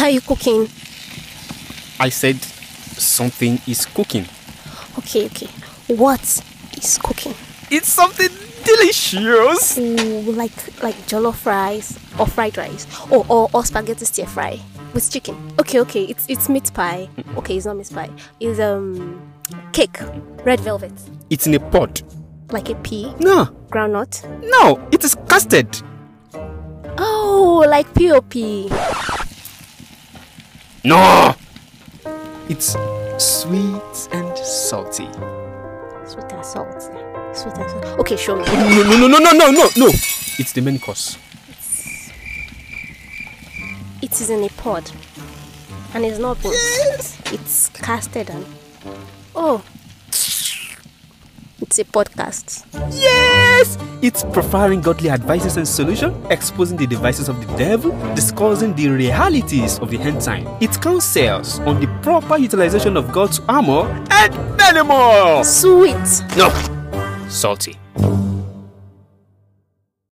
are you cooking? I said something is cooking. Okay, okay. What is cooking? It's something delicious. Ooh, like like jollof rice or fried rice or, or, or spaghetti stir fry with chicken. Okay, okay. It's it's meat pie. Okay, it's not meat pie. It's um cake, red velvet, It's in a pot. like a pea, No, groundnut. no, it is custard. Oh, like POP. No! It's sweet and salty. Sweet and salt. Sweet and salt. Okay, show me. No, no, no, no, no, no, no, no! It's the main course. It is in a pod. And it's not pot. It's casted and oh. It's a podcast. Yes! It's preferring godly advices and solution, exposing the devices of the devil, discussing the realities of the end time. It counsels on the proper utilization of God's armor and many more! Sweet. No! Salty.